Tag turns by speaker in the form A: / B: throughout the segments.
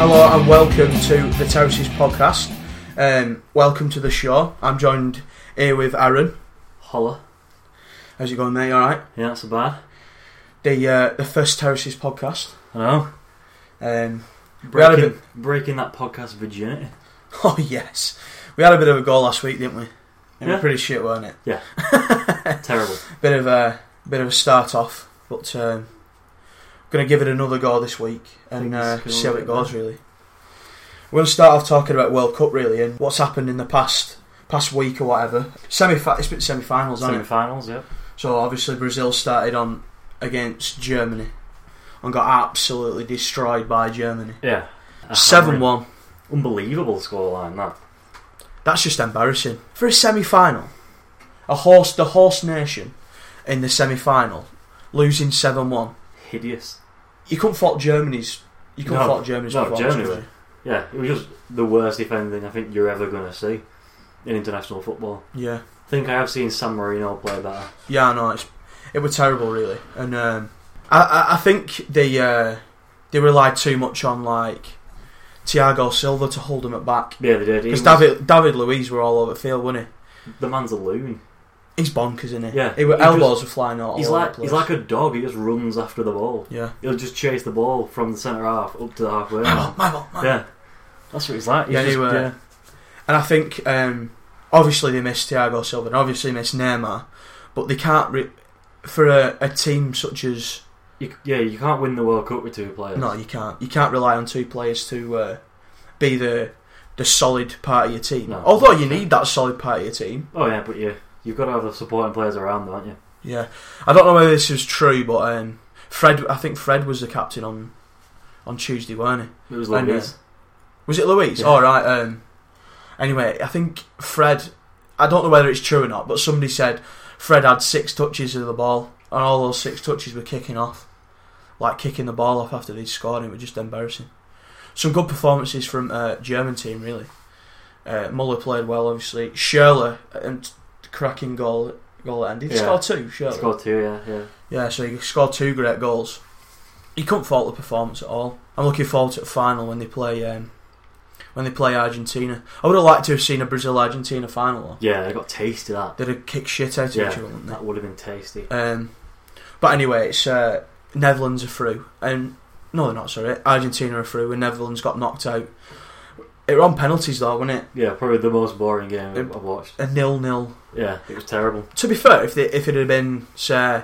A: Hello and welcome to the Terraces podcast. Um, welcome to the show. I'm joined here with Aaron.
B: Holla.
A: How's it going, mate? All right.
B: Yeah, not so bad.
A: The uh, the first Terraces podcast.
B: I know.
A: Um, We had a
B: Breaking, breaking that podcast virginity.
A: oh yes, we had a bit of a goal last week, didn't we? It was
B: Yeah.
A: pretty shit, weren't it?
B: Terrible.
A: Bit of a bit of a start off, but um, going to give it another go this week and
B: Things
A: uh,
B: can
A: see how
B: only
A: it
B: get
A: goes. Really, we're going to start off talking about World Cup really and what's happened in the past past week or whatever. Semi, it's been semi-finals, hasn't it?
B: Semi-finals, yep.
A: So obviously Brazil started on against Germany and got absolutely destroyed by Germany.
B: Yeah. A
A: Seven
B: hammering.
A: one.
B: Unbelievable scoreline, that.
A: That's just embarrassing for a semi final. A horse, the horse nation, in the semi final, losing seven one.
B: Hideous.
A: You couldn't fault Germany's. You couldn't
B: No,
A: fault Germany's
B: no,
A: performance.
B: Germany
A: could you?
B: Yeah, it was just the worst defending I think you're ever going to see in international football.
A: Yeah,
B: I think I have seen San Marino play better.
A: yeah, I know. It's it was terrible, really, and um, I, I I think they uh, they relied too much on like Thiago Silva to hold them at back
B: Yeah, they did. He
A: because
B: was-
A: David David Luiz were all over the field, wasn't he?
B: The man's a loon.
A: He's bonkers, isn't he?
B: Yeah.
A: He were,
B: He
A: elbows were flying out.
B: He's
A: all over
B: like
A: the
B: he's
A: place.
B: like a dog. He just runs after the ball.
A: yeah.
B: He'll just chase the ball from the centre half up to the halfway
A: My
B: line.
A: ball, my ball, my ball.
B: Yeah, that's what he's like. He's
A: Yeah,
B: just,
A: he were-
B: yeah.
A: And I think um, obviously they missed Thiago Silva, and obviously missed Neymar, but they can't re- for a, a team such as
B: You, yeah, you can't win the World Cup with two players.
A: no, you can't. You can't rely on two players to uh, be the the solid part of your team.
B: No.
A: Although you need that solid part of your team.
B: Oh yeah, but you you've got to have the supporting players around, them, haven't you?
A: Yeah, I don't know whether this is true, but um, Fred, I think Fred was the captain on on Tuesday, weren't he?
B: It was
A: I know.
B: Louise.
A: Was it Louise?
B: Yeah.
A: All right. Um, anyway, I think Fred. I don't know whether it's true or not, but somebody said Fred had six touches of the ball, and all those six touches were kicking off, like kicking the ball off after they'd scored. It was just embarrassing. Some good performances from uh, German team, really. Uh, Muller played well, obviously. Schürrle and cracking goal goal at end. Did he
B: Yeah.
A: score two? Schürrle.
B: Scored two, yeah, yeah.
A: Yeah, so he scored two great goals. He couldn't fault the performance at all. I'm looking forward to the final when they play um, when they play Argentina. I would have liked to have seen a Brazil Argentina final.
B: Yeah, they got tasty that.
A: Though. They'd have kicked shit out of
B: Yeah,
A: each other, wouldn't
B: That would have been tasty.
A: they? Um, but anyway, it's uh, Netherlands are through, and no, they're not. Sorry, Argentina are through, and Netherlands got knocked out. It were on penalties though, wasn't it?
B: Yeah, probably the most boring game
A: It-
B: I've watched.
A: A nil nil.
B: Yeah, it was terrible.
A: To be fair, if they, if it had been say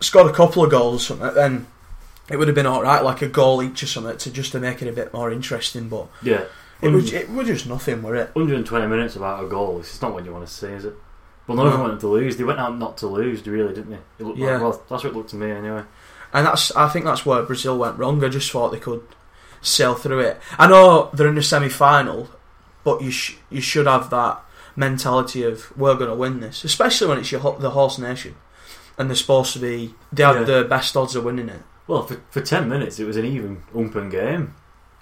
A: scored a couple of goals or something, then it would have been all right, like a goal each or something, to just to make it a bit more interesting. But
B: Yeah,
A: it
B: Hmm.
A: was it was just nothing, were it?
B: 120 minutes without a goal. It's not what you want to see, is it? Well, no one
A: No.
B: wanted to lose. They went out not to lose, really, didn't they? It looked
A: Yeah.
B: like, well, that's what it looked to me anyway.
A: And that's I think that's where Brazil went wrong. I just thought they could sail through it. I know they're in the semi final, but you sh- you should have that mentality of we're going to win this, especially when it's your ho- the horse nation, and they're supposed to be they have
B: Yeah.
A: the best odds of winning it
B: Well, for, for 10 minutes, it was an even, open game.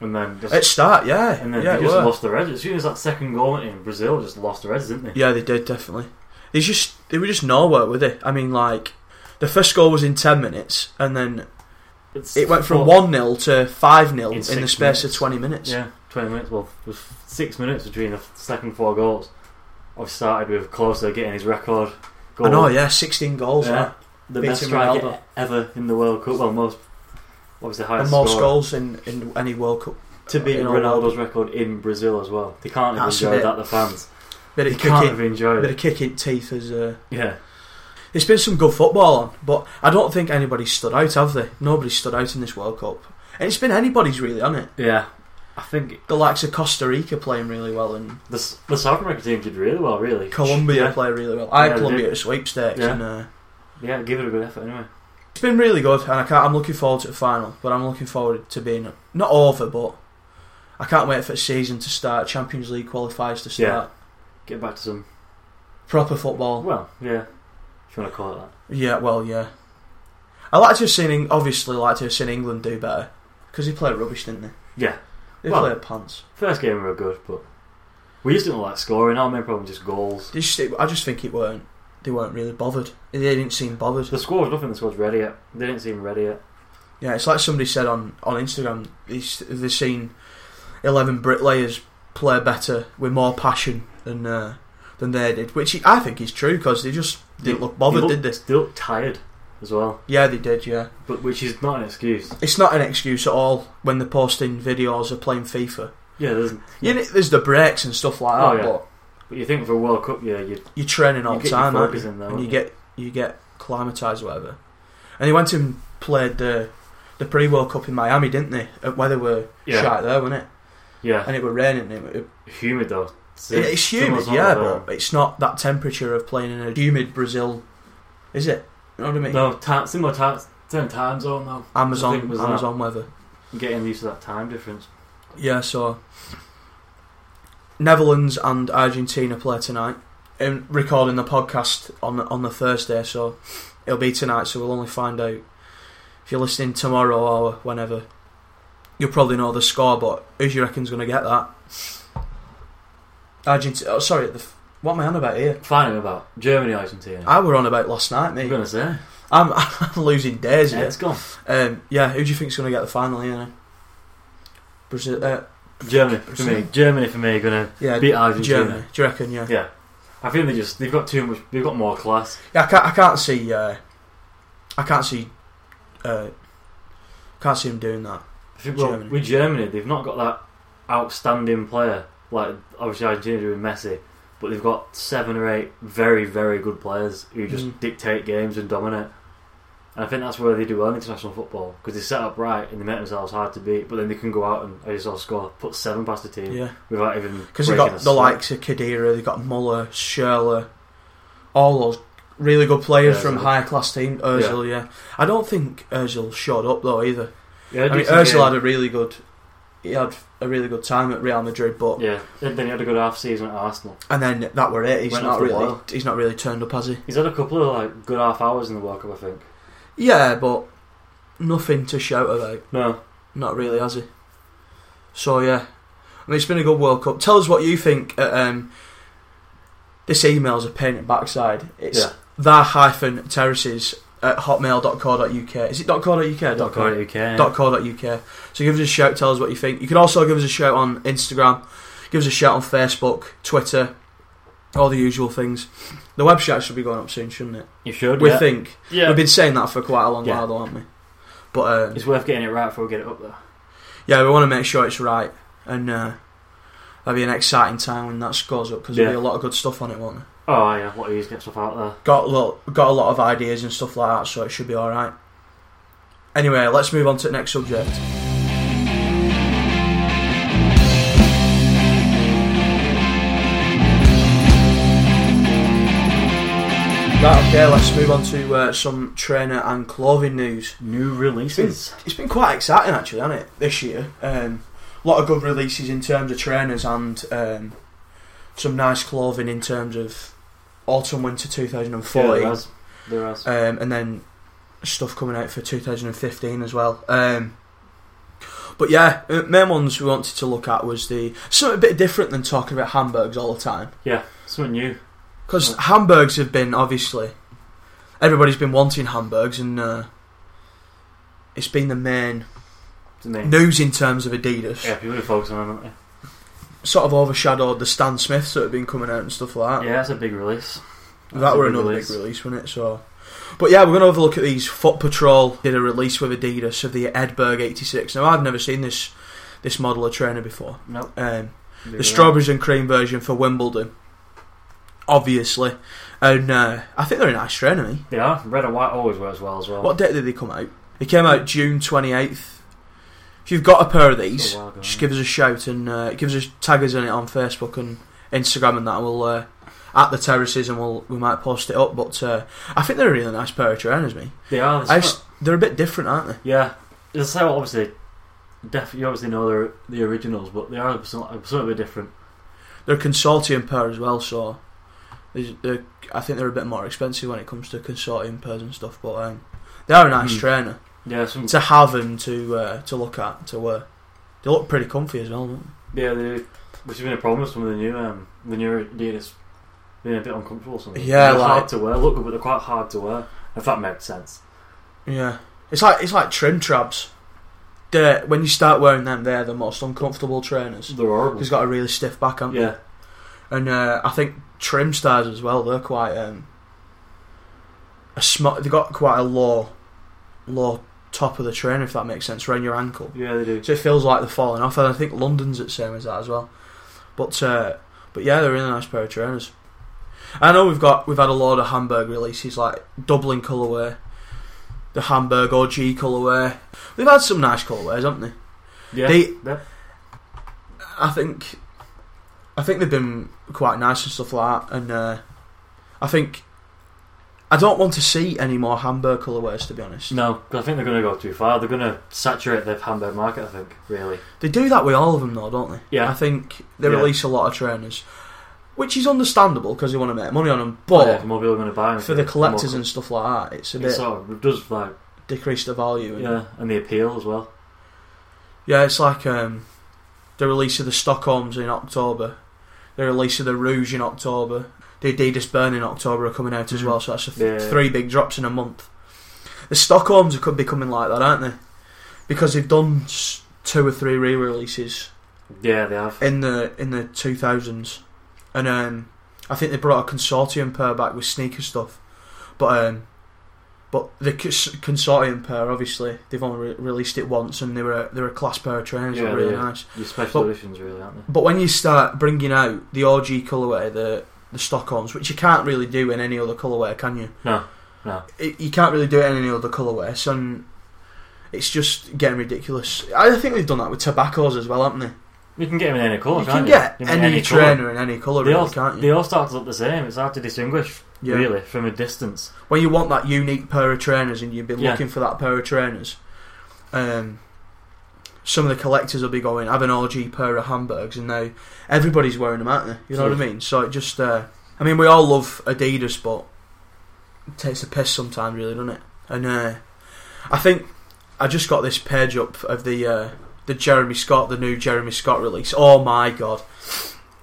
B: And then just,
A: at start. Yeah,
B: and then
A: yeah,
B: they
A: it
B: just
A: were.
B: lost their edge. As soon as that second goal went in, Brazil just lost their edge, didn't they?
A: Yeah, they did definitely. They just they were just nowhere with it. I mean, like the first goal was in ten minutes, and then
B: It's
A: it went from
B: four-
A: one 0 to five 0
B: In
A: in, the
B: six
A: space of
B: minutes.
A: twenty minutes.
B: Yeah, 20 minutes. Well, it was six minutes between the second four goals. I've started with Closer getting his record goal.
A: I know. Yeah, sixteen goals.
B: Yeah.
A: Yeah,
B: The
A: Beating
B: best striker
A: Ronaldo.
B: ever in the World Cup. Well, most. What was the
A: the
B: highest
A: most
B: score?
A: goals in, in any World Cup.
B: To beat
A: in all
B: Ronaldo's record in Brazil as well. They can't have
A: That's a
B: enjoyed
A: bit-
B: that, the fans.
A: Bit
B: They
A: of
B: can't
A: kicking,
B: have enjoyed
A: bit
B: it.
A: of kicking teeth as uh,
B: Yeah.
A: It's been some good football on, but I don't think anybody's stood out, have they? Nobody's stood out in this World Cup, and it's been anybody's really, hasn't it?
B: Yeah. I think
A: The likes of Costa Rica playing really well and
B: the, S- the South American team did really well, really.
A: Colombia
B: Yeah.
A: play really well. I
B: Yeah,
A: had
B: they
A: Colombia
B: did.
A: at sweepstakes
B: Yeah.
A: and. Uh,
B: Yeah, give it a good effort anyway.
A: It's been really good, and I can't, I'm looking forward to the final. But I'm looking forward to being not over, but I can't wait for the season to start. Champions League qualifiers to start.
B: Get back to some.
A: Proper football.
B: Well, yeah. If you want to call it that.
A: Yeah, well, yeah. I like to have seen, Eng- obviously, like to have seen England do better because they played rubbish, didn't they?
B: Yeah.
A: They
B: Well-
A: play pants.
B: First game we were good, but we just didn't like scoring. Our main problem was just goals.
A: They just, I just think it weren't. They weren't really bothered. They didn't seem bothered.
B: The squad, I don't think the squad's ready yet. They didn't seem ready yet.
A: Yeah, it's like somebody said on on Instagram. He's, they've seen eleven bricklayers play better with more passion than uh, than they did, which I think is true because they just didn't look bothered,
B: They
A: did they?
B: They looked tired as well,
A: Yeah, they did. Yeah,
B: but which is not an excuse.
A: it's not an excuse at all when they're posting videos of playing FIFA.
B: Yeah, there's,
A: You know, there's the breaks and stuff like
B: Oh,
A: that,
B: yeah.
A: but
B: but you think for a World Cup, yeah, you
A: you're training all
B: you
A: the
B: get
A: time,
B: your
A: aren't
B: focus
A: you?
B: in there,
A: and you
B: wouldn't
A: get you get climatised, or whatever. And they went and played the the pre World Cup in Miami, didn't they? Uh, Weather were
B: Yeah.
A: shite there, wasn't it?
B: yeah,
A: And it were raining. It, it
B: humid though. Si-
A: It- it's humid,
B: summer's not
A: yeah,
B: there.
A: but it's not that temperature of playing in a humid Brazil, is it? You know what I mean?
B: no, ta- similar time, same time zone though. I
A: Amazon,
B: think it was that.
A: Amazon weather.
B: Getting used to that time difference.
A: Yeah, so Netherlands and Argentina play tonight. And recording the podcast on the, on the Thursday, so it'll be tonight. So we'll only find out if you're listening tomorrow or whenever. You'll probably know the score, but who do you reckon's going to get that? Argentina. Oh, sorry, the, f- what am I on about here?
B: Finally, about Germany, Argentina.
A: I were on about last night,
B: I'm
A: mate.
B: gonna say,
A: I'm, I'm losing days
B: yeah,
A: here.
B: it's gone.
A: Um, yeah, who do you think's going to get the final? You know, Brazil. Uh,
B: Germany for me. Germany for me. Gonna
A: yeah,
B: beat Argentina.
A: Germany. Do you reckon? Yeah,
B: Yeah, I think they just they've got too much. They've got more class.
A: yeah. I can't. I can't see. Uh, I can't see. Uh, can't see him doing that.
B: I think well,
A: Germany.
B: with Germany, they've not got that outstanding player like obviously Argentina do with Messi, but they've got seven or eight very very good players who just
A: Mm.
B: dictate games and dominate. And I think that's where they do well in international football because they set up right and they make themselves hard to beat, but then they can go out and I just score, put seven past the team
A: Yeah,
B: without even
A: because they
B: breaking
A: got
B: a
A: the
B: sweat.
A: likes of Kadira, they got Muller, Schürrle, all those really good players
B: Yeah,
A: from
B: Ozil.
A: high class team. Özil, yeah. I don't think Özil showed up though either.
B: Yeah,
A: I mean,
B: decent
A: Özil had
B: game.
A: a really good. He had a really good time at Real Madrid, but
B: yeah. Then then he had a good half season at Arsenal.
A: And then that were it. He's
B: Went
A: not
B: off the
A: really.
B: boil.
A: He's not really turned up, has he?
B: He's had a couple of like good half hours in the World Cup, I think.
A: Yeah, but nothing to shout about.
B: No,
A: Not really, has he? So yeah, I mean, it's been a good World Cup. Tell us what you think. uh, um, this email's a pain in the backside. It's
B: Yeah.
A: the hyphen terraces at hotmail.co.uk. Is it .co.uk?
B: not quite UK.
A: .co.uk. So give us a shout. Tell us what you think. You can also give us a shout on Instagram. Give us a shout on Facebook, Twitter, all the usual things. The website should be going up soon, shouldn't it?
B: You should.
A: We
B: yeah.
A: think
B: Yeah.
A: we've been saying that for quite a long
B: Yeah.
A: while, though, haven't we? But um,
B: It's worth getting it right before we get it up there.
A: yeah, we want to make sure it's right, and uh, that'll be an exciting time when that scores up because
B: Yeah.
A: there'll be a lot of good stuff on it, won't there?
B: Oh yeah, what you get stuff out there.
A: Got a lot, got a lot of ideas and stuff like that, so it should be all right. Anyway, let's move on to the next subject. Right, okay, let's move on to uh, some trainer and clothing news.
B: New releases.
A: It's been quite exciting actually, hasn't it? This year, um, a lot of good releases in terms of trainers and um, some nice clothing in terms of autumn winter 2014,
B: there is. There is.
A: um, and then stuff coming out for 2015 as well. Um, but yeah, uh, main ones we wanted to look at was the something a bit different than talking about hamburgers all the time
B: yeah, something new.
A: because
B: Yeah.
A: hamburgers have been obviously everybody's been wanting hamburgers and uh, it's been the main
B: Didn't they?
A: news in terms of Adidas
B: Yeah, people are focusing on it.
A: sort of overshadowed the Stan Smiths that have been coming out and stuff like that.
B: Yeah, that's a big release. That's
A: that
B: a
A: were
B: big
A: another big release, wasn't it? So, but yeah, we're gonna have a look at these. Foot Patrol did a release with Adidas of the Edberg '86. Now I've never seen this this model of trainer before.
B: Nope.
A: Um, the
B: Big
A: strawberries and cream version for Wimbledon, obviously, and uh, I think they're a nice trainer. mate.
B: release. They are. Red and white always works well as well.
A: What date did they come out? They came out June 28th. If you've got a pair of these,
B: It's a while ago,
A: just
B: yeah.
A: give us a shout and uh, give us a tag us in it on Facebook and Instagram and that. and We'll uh, at the terraces and we'll we might post it up. But uh, I think they're a really nice pair of trainers, me.
B: They are.
A: I just, they're a bit different, aren't they?
B: yeah. It's so obviously. Def- you obviously know they're the originals, but they are some, something a bit different.
A: They're a consortium pair as well, so there's- they're, I think they're a bit more expensive when it comes to consortium pairs and stuff. But um, they are a nice
B: Hmm.
A: trainer
B: Yeah, some
A: to have and to uh, to look at to wear. They look pretty comfy as well, don't they?
B: Yeah, they, which has been a problem with some of the new um, the newer units being a bit uncomfortable. Something.
A: Yeah,
B: they're
A: like-
B: hard to wear. Look good, but they're quite hard to wear. If that made sense.
A: Yeah, it's like it's like trim trabs. They when you start wearing them, they're the most uncomfortable trainers.
B: They're horrible.
A: He's got a really stiff back, haven't
B: Yeah,
A: they? And uh, I think trim stars as well. They're quite um, a sm- They got quite a low, low top of the trainer, if that makes sense, around your ankle.
B: yeah, they do.
A: So it feels like they're falling off. And I think London's the same as that as well. But uh, but yeah, they're a really nice pair of trainers. I know we've got we've had a lot of Hamburg releases like Dublin colourway, the Hamburg OG colourway. They've had some nice colourways, haven't they?
B: Yeah,
A: They-
B: yeah.
A: I think I think they've been quite nice and stuff like that. And uh, I think I don't want to see any more Hamburg colourways to be honest.
B: No, 'cause I think they're going to go too far. They're going to saturate the Hamburg market. I think really.
A: They do that with all of them, though, don't they?
B: Yeah.
A: I think they
B: Yeah.
A: release a lot of trainers, which is understandable because they want to make money on them. But
B: Oh, yeah, the more people are going to buy them
A: for the
B: more
A: collectors
B: co-
A: and stuff like that, it's a
B: it
A: bit
B: sort of does like
A: decrease the value. And,
B: yeah, and the appeal as well.
A: Yeah, it's like um, the release of the Stockholms in October, the release of the Rouge in October, the Adidas Burn in October are coming out as
B: Mhm.
A: well. So that's a f-
B: Yeah.
A: three big drops in a month. The Stockholms could be coming like that, aren't they? Because they've done s- two or three re-releases
B: Yeah, they have.
A: in the in the two thousands, and um, I think they brought a consortium pair back with sneaker stuff, but um, but the cons- consortium pair obviously they've only re- released it once, and they were a, they were a class pair of trainers,
B: Yeah,
A: were really
B: they are.
A: nice.
B: Your special
A: But-
B: editions, really, aren't they?
A: But when you start bringing out the OG colorway, the the Stockholms, which you can't really do in any other colorway, can you?
B: No, no.
A: It, you can't really do it in any other colorway, so. um, it's just getting ridiculous. I think they've done that with tobaccos as well, haven't they?
B: You can get them in any colour.
A: you can
B: can't
A: get
B: You can
A: any,
B: colour.
A: trainer in any colour,
B: They
A: really,
B: all-
A: can't you?
B: They all start to look the same. It's hard to distinguish,
A: Yeah.
B: really, from a distance.
A: when you want that unique pair of trainers and you've been
B: Yeah.
A: looking for that pair of trainers, um, some of the collectors will be going, I have an OG pair of Hamburgs, and now everybody's wearing them, aren't they? You know what I mean? So it just, uh, I mean, we all love Adidas, but it takes the piss sometimes, really, doesn't it? And uh, I think I just got this page up of the uh, the Jeremy Scott, the new Jeremy Scott release. Oh my god,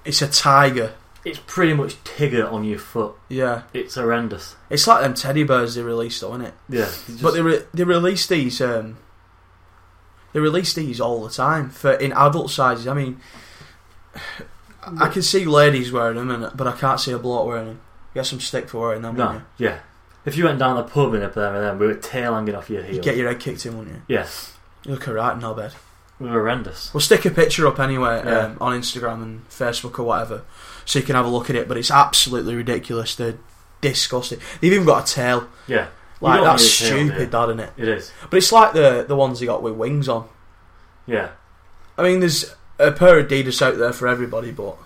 A: it's a tiger.
B: It's pretty much Tigger on your foot.
A: Yeah,
B: It's horrendous.
A: it's like them teddy bears they released, though, isn't it?
B: Yeah. it's just-
A: But they re- they release these um, they release these all the time for in adult sizes. I mean, I can see ladies wearing them, and, but I can't see a bloke wearing them. You get some stick for wearing them,
B: no,
A: wouldn't
B: yeah. If you went down the pub in a pair of them, we were tail hanging off your
A: you?
B: heel.
A: You'd get your head kicked in, wouldn't you?
B: Yes,
A: You look a right knobhead.
B: we were horrendous.
A: We'll stick a picture up anyway
B: Yeah.
A: um, on Instagram and Facebook or whatever, so you can have a look at it. But it's absolutely ridiculous. They're disgusting. They've even got a tail.
B: Yeah, You
A: Like
B: don't
A: that's
B: need a tail, do
A: stupid, that isn't it?
B: it is.
A: But it's like the the ones they got with wings on.
B: Yeah,
A: I mean, there's a pair of Adidas out there for everybody, but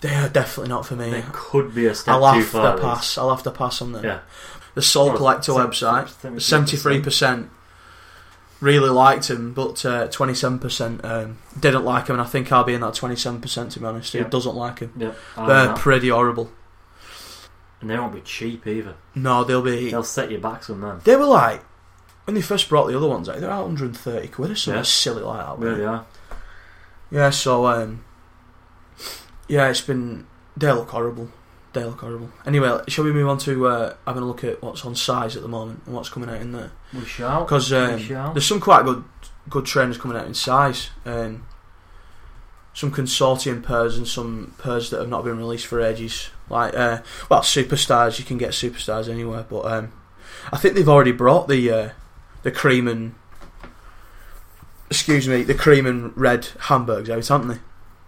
A: they are definitely not for
B: it
A: me.
B: could be a step
A: I'll
B: too
A: have
B: far.
A: to
B: this.
A: pass. I'll have to pass on them.
B: Yeah.
A: The Soul
B: Or
A: Collector
B: seven-
A: website,
B: seven-
A: seventy-three percent really liked him, but uh, twenty-seven percent um, didn't like him, and I think I'll be in that twenty-seven percent to be honest.
B: Yeah.
A: Who doesn't like him?
B: Yeah, I
A: They're
B: know.
A: pretty horrible.
B: and they won't be cheap either.
A: No, they'll be.
B: They'll set you back some then.
A: They were like when they first brought the other ones out. They're one hundred and thirty quid or something
B: Yeah.
A: silly like that. weren't
B: Really are.
A: Yeah, so um, yeah, it's been they look horrible. They look horrible. Anyway, shall we move on to uh, having a look at what's on size at the moment and what's coming out in there?
B: We shall.
A: Because um,
B: we shall.
A: there's some quite good good trainers coming out in size. Um, some consortium pairs and some pairs that have not been released for ages. Like uh, well, superstars you can get superstars anywhere, but um, I think they've already brought the uh, the cream and excuse me the cream and red Hamburgs out, haven't they?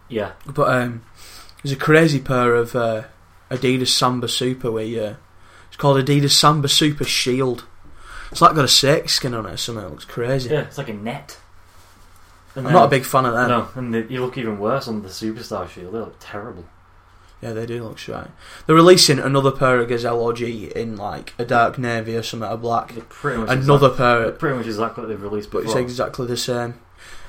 B: Yeah,
A: But um, there's a crazy pair of uh, Adidas Samba Super where you, it's called Adidas Samba Super Shield. It's like got a six skin on it or something. It looks crazy.
B: yeah. It's like a net. And
A: I'm not a
B: then-
A: big fan of them.
B: No, and they, you look even worse on the Superstar Shield. They look terrible.
A: Yeah, they do look shy. They're releasing another pair of Gazelle OG in like a dark navy or something, a black.
B: They're pretty much
A: Another
B: Exactly,
A: pair,
B: they're pretty much exactly what they've released
A: but it's
B: before.
A: exactly the same.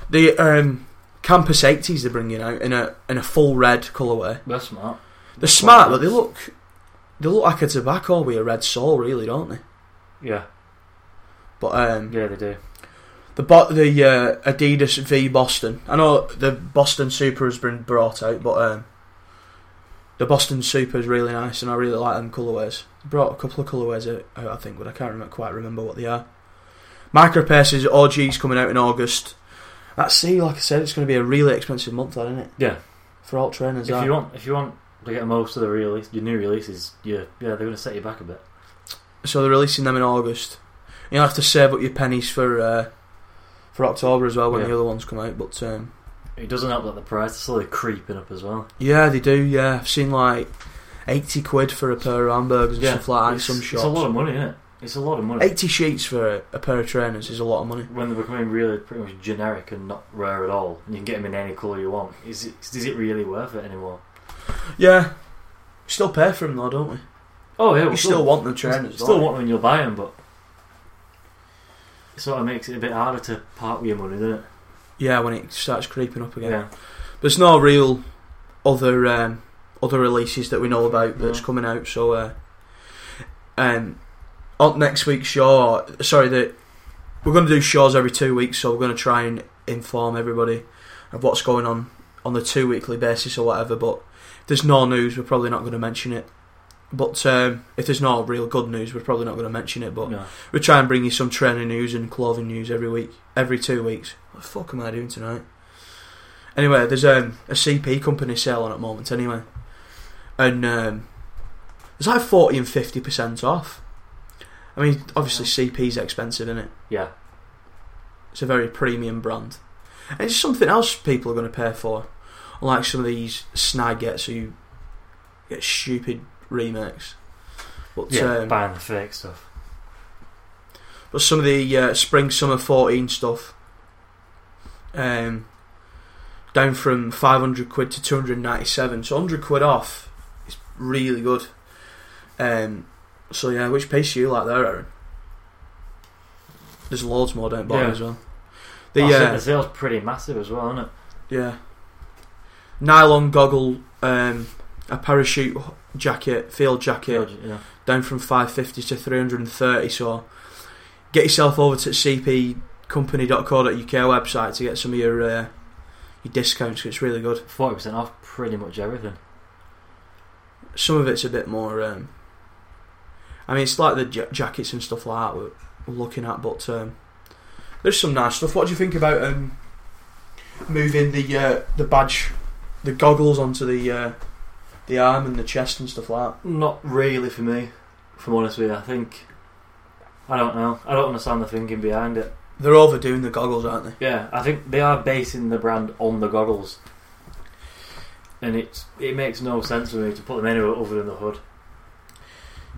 A: The um, Campus 80s they're bringing out in a in a full red colourway.
B: They're smart.
A: They're smart, but they look they look like a tobacco with a red sole, really, don't they?
B: Yeah,
A: But um,
B: yeah, they do.
A: The bo- the uh, Adidas v Boston. I know the Boston Super has been brought out, but um, the Boston Super is really nice, and I really like them colorways. Brought a couple of colorways out, out, I think, but I can't remember, quite remember what they are. Micro Paces OG's coming out in August. That see, like I said, it's going to be a really expensive month, though, isn't it?
B: Yeah.
A: For alt trainers,
B: if
A: that.
B: you want, if you want to get most of the release, your new releases, yeah, yeah, they're going to set you back a bit.
A: So they're releasing them in August. You'll have to save up your pennies for uh, for October as well when
B: Yeah.
A: the other ones come out. But um,
B: It doesn't help that the price is slowly creeping up as well.
A: yeah, they do. Yeah, I've seen like eighty quid for a pair of hamburgers and
B: Yeah,
A: stuff like that in
B: it's,
A: some
B: it's a lot
A: shops.
B: of money, isn't it? It's a lot of money.
A: Eighty sheets for a, a pair of trainers is a lot of money.
B: When they're becoming really pretty much generic and not rare at all, and you can get them in any colour you want, is it, is it really worth it anymore?
A: Yeah, we still pay for them though, don't we?
B: Oh yeah,
A: You still want the trainers,
B: Still
A: don't you?
B: want them and you'll buy them, but it sort of makes it a bit harder to part with your money, doesn't it?
A: Yeah, when it starts creeping up again. There's no real other um, other releases that we know about that's
B: No.
A: coming out. So, uh, um, on next week's show, sorry, the, we're going to do shows every two weeks. So we're going to try and inform everybody of what's going on on the two weekly basis or whatever. But if there's no news, we're probably not going to mention it. But um, if there's no real good news, we're probably not going to mention it. But
B: No.
A: we try and bring you some training news and clothing news every week, every two weeks. What the fuck am I doing tonight? Anyway, there's um, a CP company sale on at the moment. Anyway, and um, there's like forty and fifty percent off. I mean, obviously CP's expensive, isn't it?
B: Yeah.
A: It's a very premium brand, and it's something else people are going to pay for, unlike some of these snag gets who get stupid remakes. But
B: Yeah,
A: um,
B: buying the fake stuff.
A: But some of the uh, spring summer 14 stuff, um, down from 500 quid to 297, so 100 quid off. It's really good. Um, so yeah, which piece do you like there, Aaron? There's loads more down bottom
B: Yeah.
A: as well. The
B: The,
A: uh,
B: the sale's pretty massive as well, isn't it?
A: yeah, nylon goggle, um, a parachute jacket, field jacket,
B: Yeah.
A: down from 550 to 330 so get yourself over to cpcompany.co.uk website to get some of your uh, your discounts 'cause it's really good
B: Forty percent off pretty much everything.
A: some of it's a bit more um, I mean it's like the ja- jackets and stuff like that we're, we're looking at but um, there's some nice stuff what do you think about um, moving the uh, the badge the goggles onto the uh, the arm and the chest and stuff like that
B: Not really for me, if I'm honest with you. I think I don't know. I don't understand the thinking behind it.
A: they're overdoing the goggles aren't they
B: Yeah, I think they are basing the brand on the goggles, and it's it makes no sense for me to put them anywhere other than the hood.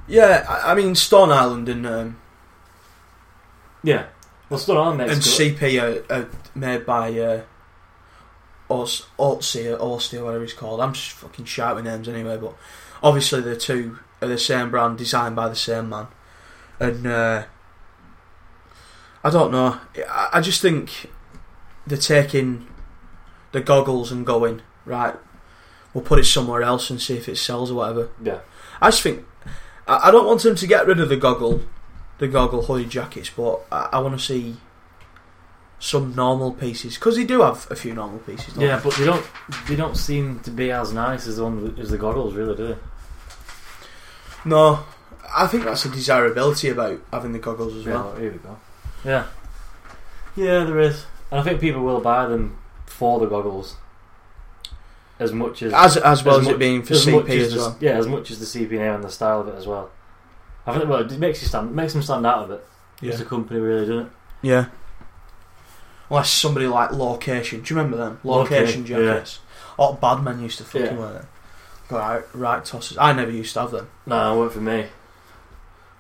A: yeah I, I mean Stone Island and um,
B: Yeah, well, still on
A: and
B: next.
A: CP are, are made by uh, Aus- Otzi or Austin or whatever he's called. I'm just fucking shouting names anyway, but obviously the two are the same brand, designed by the same man. And uh, I don't know. I, I just think they're taking the goggles and going, right, we'll put it somewhere else and see if it sells or whatever.
B: yeah,
A: I just think I, I don't want him to get rid of the goggle, the goggle hooded jackets, but I, I want to see some normal pieces because they do have a few normal pieces. Don't
B: yeah, but they don't they don't seem to be as nice as the one with- as the goggles, really, do they?
A: They? No, I think that's a desirability about having the goggles as well.
B: Yeah, here we go. Yeah, yeah, there is, and I think people will buy them for the goggles as much as
A: As as well as,
B: much-
A: it being for
B: as much
A: CP
B: as
A: as
B: the-
A: well.
B: Yeah, as much as the CPNA and the style of it as well. I think well, it makes you stand, makes them stand out of it. It's
A: Yeah.
B: a company, really, doesn't it?
A: yeah. Unless somebody like Location, do you remember them? Location
B: Location, yeah.
A: jackets. Oh, Badman used to fucking
B: Yeah.
A: wear them. Got right, right tosses. I never used to have them.
B: No, it weren't for me.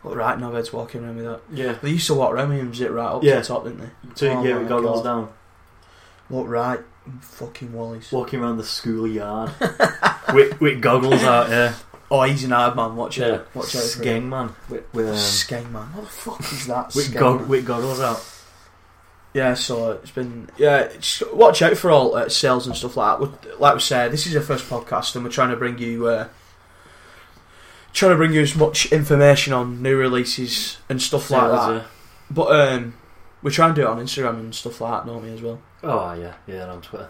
A: But right now, heads walking around with that.
B: Yeah,
A: They used to walk around with them, zip right up
B: Yeah.
A: to the top, didn't they?
B: so you
A: Oh
B: can get
A: my
B: your goggles
A: God.
B: down,
A: Look right, fucking Wally's.
B: walking around the schoolyard with, with goggles out. Yeah,
A: Oh, he's an hard man. Watch
B: yeah.
A: out! Watch out! for him.
B: Skeng man with with, um,
A: Skeng man. What the fuck is that?
B: with,
A: Skeng
B: gog-
A: man?
B: with goggles out.
A: Yeah, so it's been yeah. Just watch out for all uh, sales and stuff like that. We- Like we said, this is our first podcast, and we're trying to bring you uh, trying to bring you as much information on new releases and stuff like that. But um, We try and do it on Instagram and stuff like that normally as well.
B: Oh yeah, yeah, and on Twitter.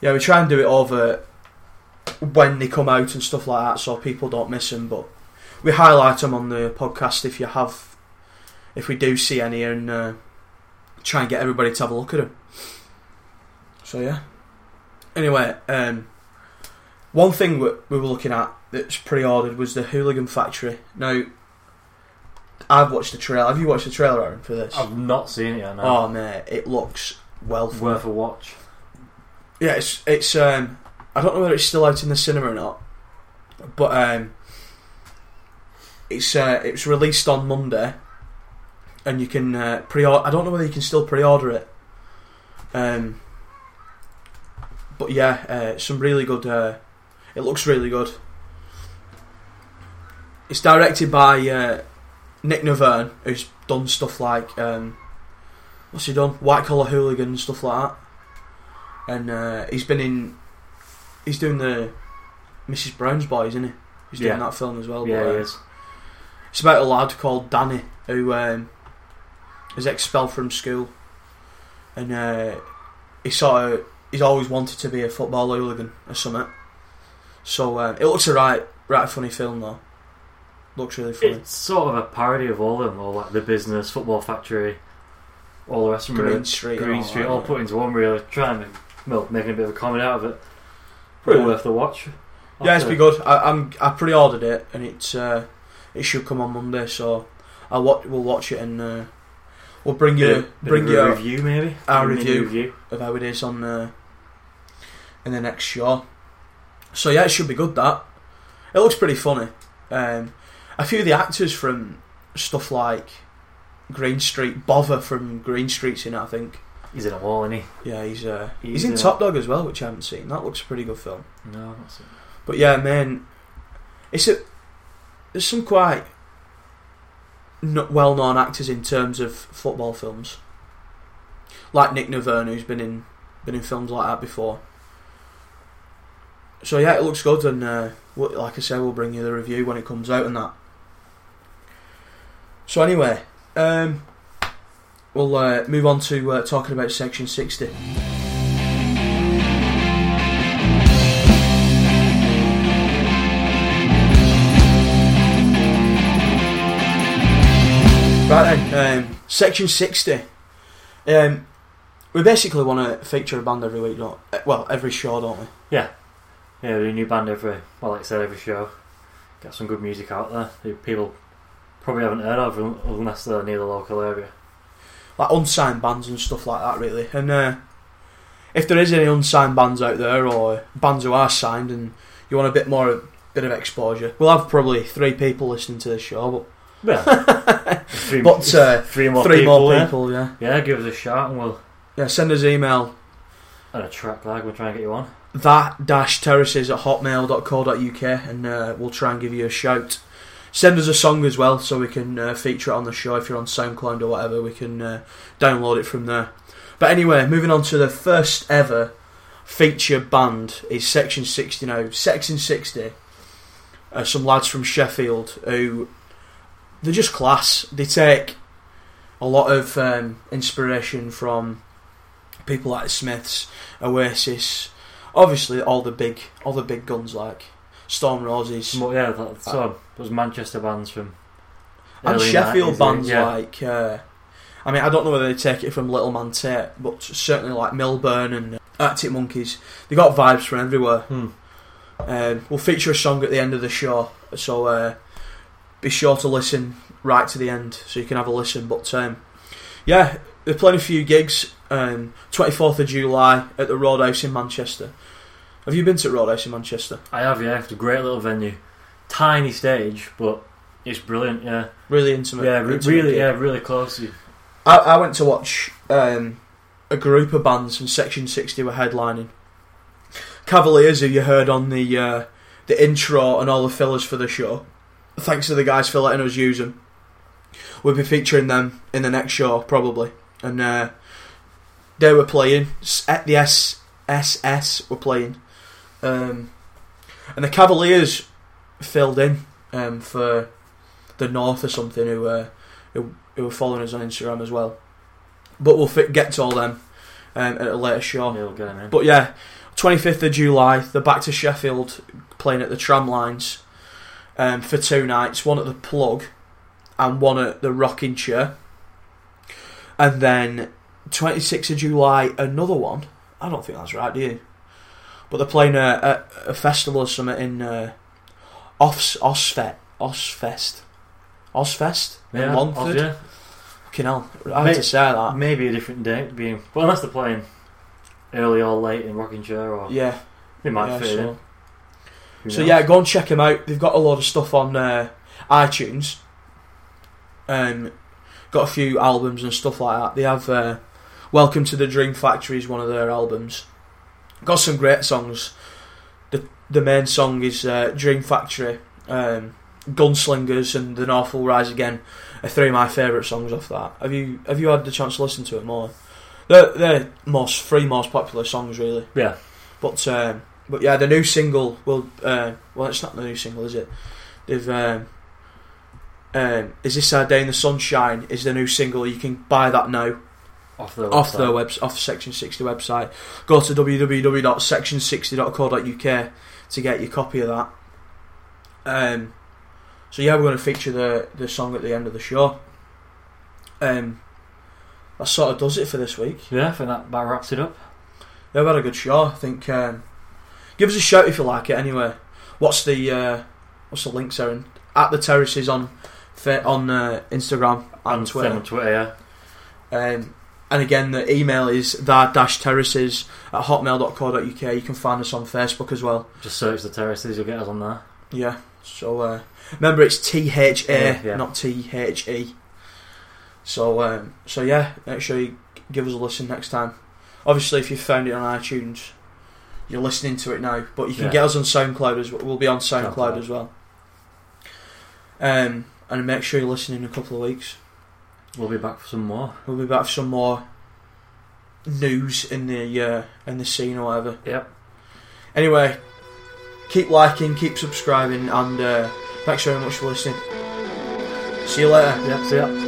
A: Yeah, we try and do it over when they come out and stuff like that, so people don't miss them. But we highlight them on the podcast if you have, if we do see any, and uh, try and get everybody to have a look at them. So yeah. Anyway, um, one thing we we were looking at that's pre-ordered was the Hooligan Factory. Now, I've watched the trailer. Have you watched the trailer, Aaron, for this?
B: I've not seen it yet. No.
A: Oh mate, it looks well.
B: It's
A: fun.
B: worth a watch.
A: Yeah, it's it's. Um, I don't know whether it's still out in the cinema or not, but um, it's uh, it was released on Monday, and you can uh, pre-order. I don't know whether you can still pre-order it. Um, but yeah, uh, some really good. Uh, it looks really good. It's directed by uh, Nick Naverne, who's done stuff like um, what's he done? White Collar Hooligan and stuff like that and uh, he's been in. He's doing the Mrs. Brown's Boys, isn't he? He's doing
B: Yeah.
A: that film as well.
B: yeah,
A: but,
B: it
A: uh,
B: is.
A: It's about a lad called Danny who um, is expelled from school, and uh, he sort of he's always wanted to be a football hooligan or something. So uh, it looks a right, right funny film though. Looks really funny.
B: It's sort of a parody of all of them, all like the business, football factory, all the rest of them.
A: Green
B: really.
A: Street, and
B: Green Street, oh,
A: that,
B: all
A: yeah.
B: put into one really, trying to well, making a bit of a comedy out of it. Pretty
A: Yeah.
B: worth the watch.
A: Yeah, it's
B: After-
A: been good. I, I'm I pre-ordered it and it's uh, it should come on Monday, so I wa- we'll watch it and uh, we'll bring you
B: Bit of- bit
A: bring
B: of
A: you
B: a
A: a
B: review maybe.
A: our
B: A mini
A: review. of how it is on uh, in the next show. So yeah, it should be good. That it looks pretty funny. Um, a few of the actors from stuff like Green Street, Bother from Green Street's in it, I think.
B: He's in a wall, isn't
A: Yeah, he's uh,
B: he?
A: he's in
B: a-
A: Top Dog as well, which I haven't seen. That looks a pretty good film.
B: No, I've not seen
A: But yeah, man, it's a there's some quite no, well-known actors in terms of football films, like Nick Naverne, who's been in been in films like that before. So yeah, it looks good, and uh, we- like I say, we'll bring you the review when it comes out and that. So anyway, um, we'll uh, move on to uh, talking about section sixty. Right then, um, section 60. Um, we basically want to feature a band every week, don't eh, Well, every show, don't we?
B: it. Yeah, we do a new band every well, like I said, every show. Get some good music out there. That people probably haven't heard of un- unless they're near the local area.
A: Like unsigned bands and stuff like that, really. And uh, if there is any unsigned bands out there, or bands who are signed and you want a bit more bit of exposure, we'll have probably three people listening to this show,
B: Yeah. three,
A: but, but uh,
B: three more
A: three
B: people.
A: more
B: yeah.
A: people, yeah.
B: Yeah, give us a shout and we'll
A: Yeah, send us email
B: and a track lag. We'll try and get you on.
A: that dash terraces at hotmail.co.uk and uh, we'll try and give you a shout. Send us a song as well so we can uh, feature it on the show. If you're on SoundCloud or whatever, we can uh, download it from there. But anyway, moving on to the first ever feature band is Section 60 now. Section 60 are some lads from Sheffield who they're just class. They take a lot of um, inspiration from people like the Smiths, Oasis, obviously all the big all the big guns like Storm Roses
B: Well, yeah, that, so those Manchester bands from
A: Uh, and
B: early
A: Sheffield
B: 90s,
A: bands
B: yeah.
A: like uh, I mean I don't know whether they take it from Little Man Tate but certainly like Milburn and Arctic Monkeys they got vibes from everywhere
B: Hmm.
A: um, we'll feature a song at the end of the show so uh, be sure to listen right to the end so you can have a listen but um, yeah they're playing a few gigs um, 24th of July at the Roadhouse in Manchester have you been to Roadhouse in Manchester
B: I have, yeah. It's a great little venue, tiny stage, but it's brilliant. Yeah,
A: really intimate
B: yeah, re-
A: intimate
B: really,
A: gig.
B: yeah, really close. You.
A: I, I went to watch um, a group of bands from Section 60 were headlining. Cavaliers, who you heard on the uh, the intro and all the fillers for the show. Thanks to the guys for letting us use them. We'll be featuring them in the next show, probably. And uh, they were playing. S- At the S- SS were playing. Um, and the Cavaliers filled in um, for the North or something, who, uh, who, who were following us on Instagram as well. But we'll fit, get to all them um, at a later show.
B: He'll get him in.
A: But yeah, 25th of July, they're back to Sheffield playing at the Tramlines um, for two nights one at the Plug and one at the Rocking Chair. And then 26th of July, another one. I don't think that's right, do you? But they're playing a, a, a festival or something in uh, Offs, Osfet, Osfest. Osfest?
B: Yeah,
A: in Longford?
B: Oz, yeah.
A: Fucking hell. I had to
B: Mate,
A: say that.
B: Maybe a different date being well unless they're playing early or late in rocking chair or
A: Yeah.
B: they might
A: Yeah,
B: fit
A: so-
B: in. Who
A: So
B: knows?
A: yeah, go and check them out. They've got a lot of stuff on uh, iTunes. Um, got a few albums and stuff like that. They have uh, "Welcome to the Dream Factory" is one of their albums. Got some great songs. The the main song is uh, "Dream Factory," um, "Gunslingers," and "The North Will Rise Again." Are three of my favourite songs off that. Have you have you had the chance to listen to it more? They're, they're most three most popular songs really.
B: yeah.
A: But um, but yeah, the new single will. Uh, well, it's not the new single, is it? They've. Um, um, is this our day in the sunshine? Is the new single you can buy that now
B: Off the
A: off their web off Section Sixty website. Go to www.section60.co.uk to get your copy of that. Um, so yeah, we're going to feature the the song at the end of the show. Um, that sort of does it for this week.
B: Yeah, I think that about wraps it up.
A: Yeah, we've had a good show. I think. Um, give us a shout if you like it. Anyway, what's the uh, what's the links, Aaron? At the terraces on Fa- on uh, Instagram and
B: And
A: Twitter.
B: them on Twitter, yeah.
A: Um, and again, the email is that dash terraces at hotmail.co.uk. You can find us on Facebook as well.
B: Just search the terraces, you'll get us on there.
A: Yeah. So uh, remember, it's T H
B: Yeah,
A: A,
B: yeah.
A: not T H E. So um, so yeah, make sure you give us a listen next time. Obviously, if you found it on iTunes, you're listening to it now. But you can
B: Yeah.
A: get us on SoundCloud as well. We'll be on SoundCloud,
B: SoundCloud.
A: as well. Um, and make sure you listen in a couple of weeks.
B: We'll be back for some more.
A: We'll be back for some more news in the uh, in the scene or whatever.
B: Yep.
A: Anyway, keep liking, keep subscribing, and uh, thanks very much for listening. See you later.
B: Yep, see ya.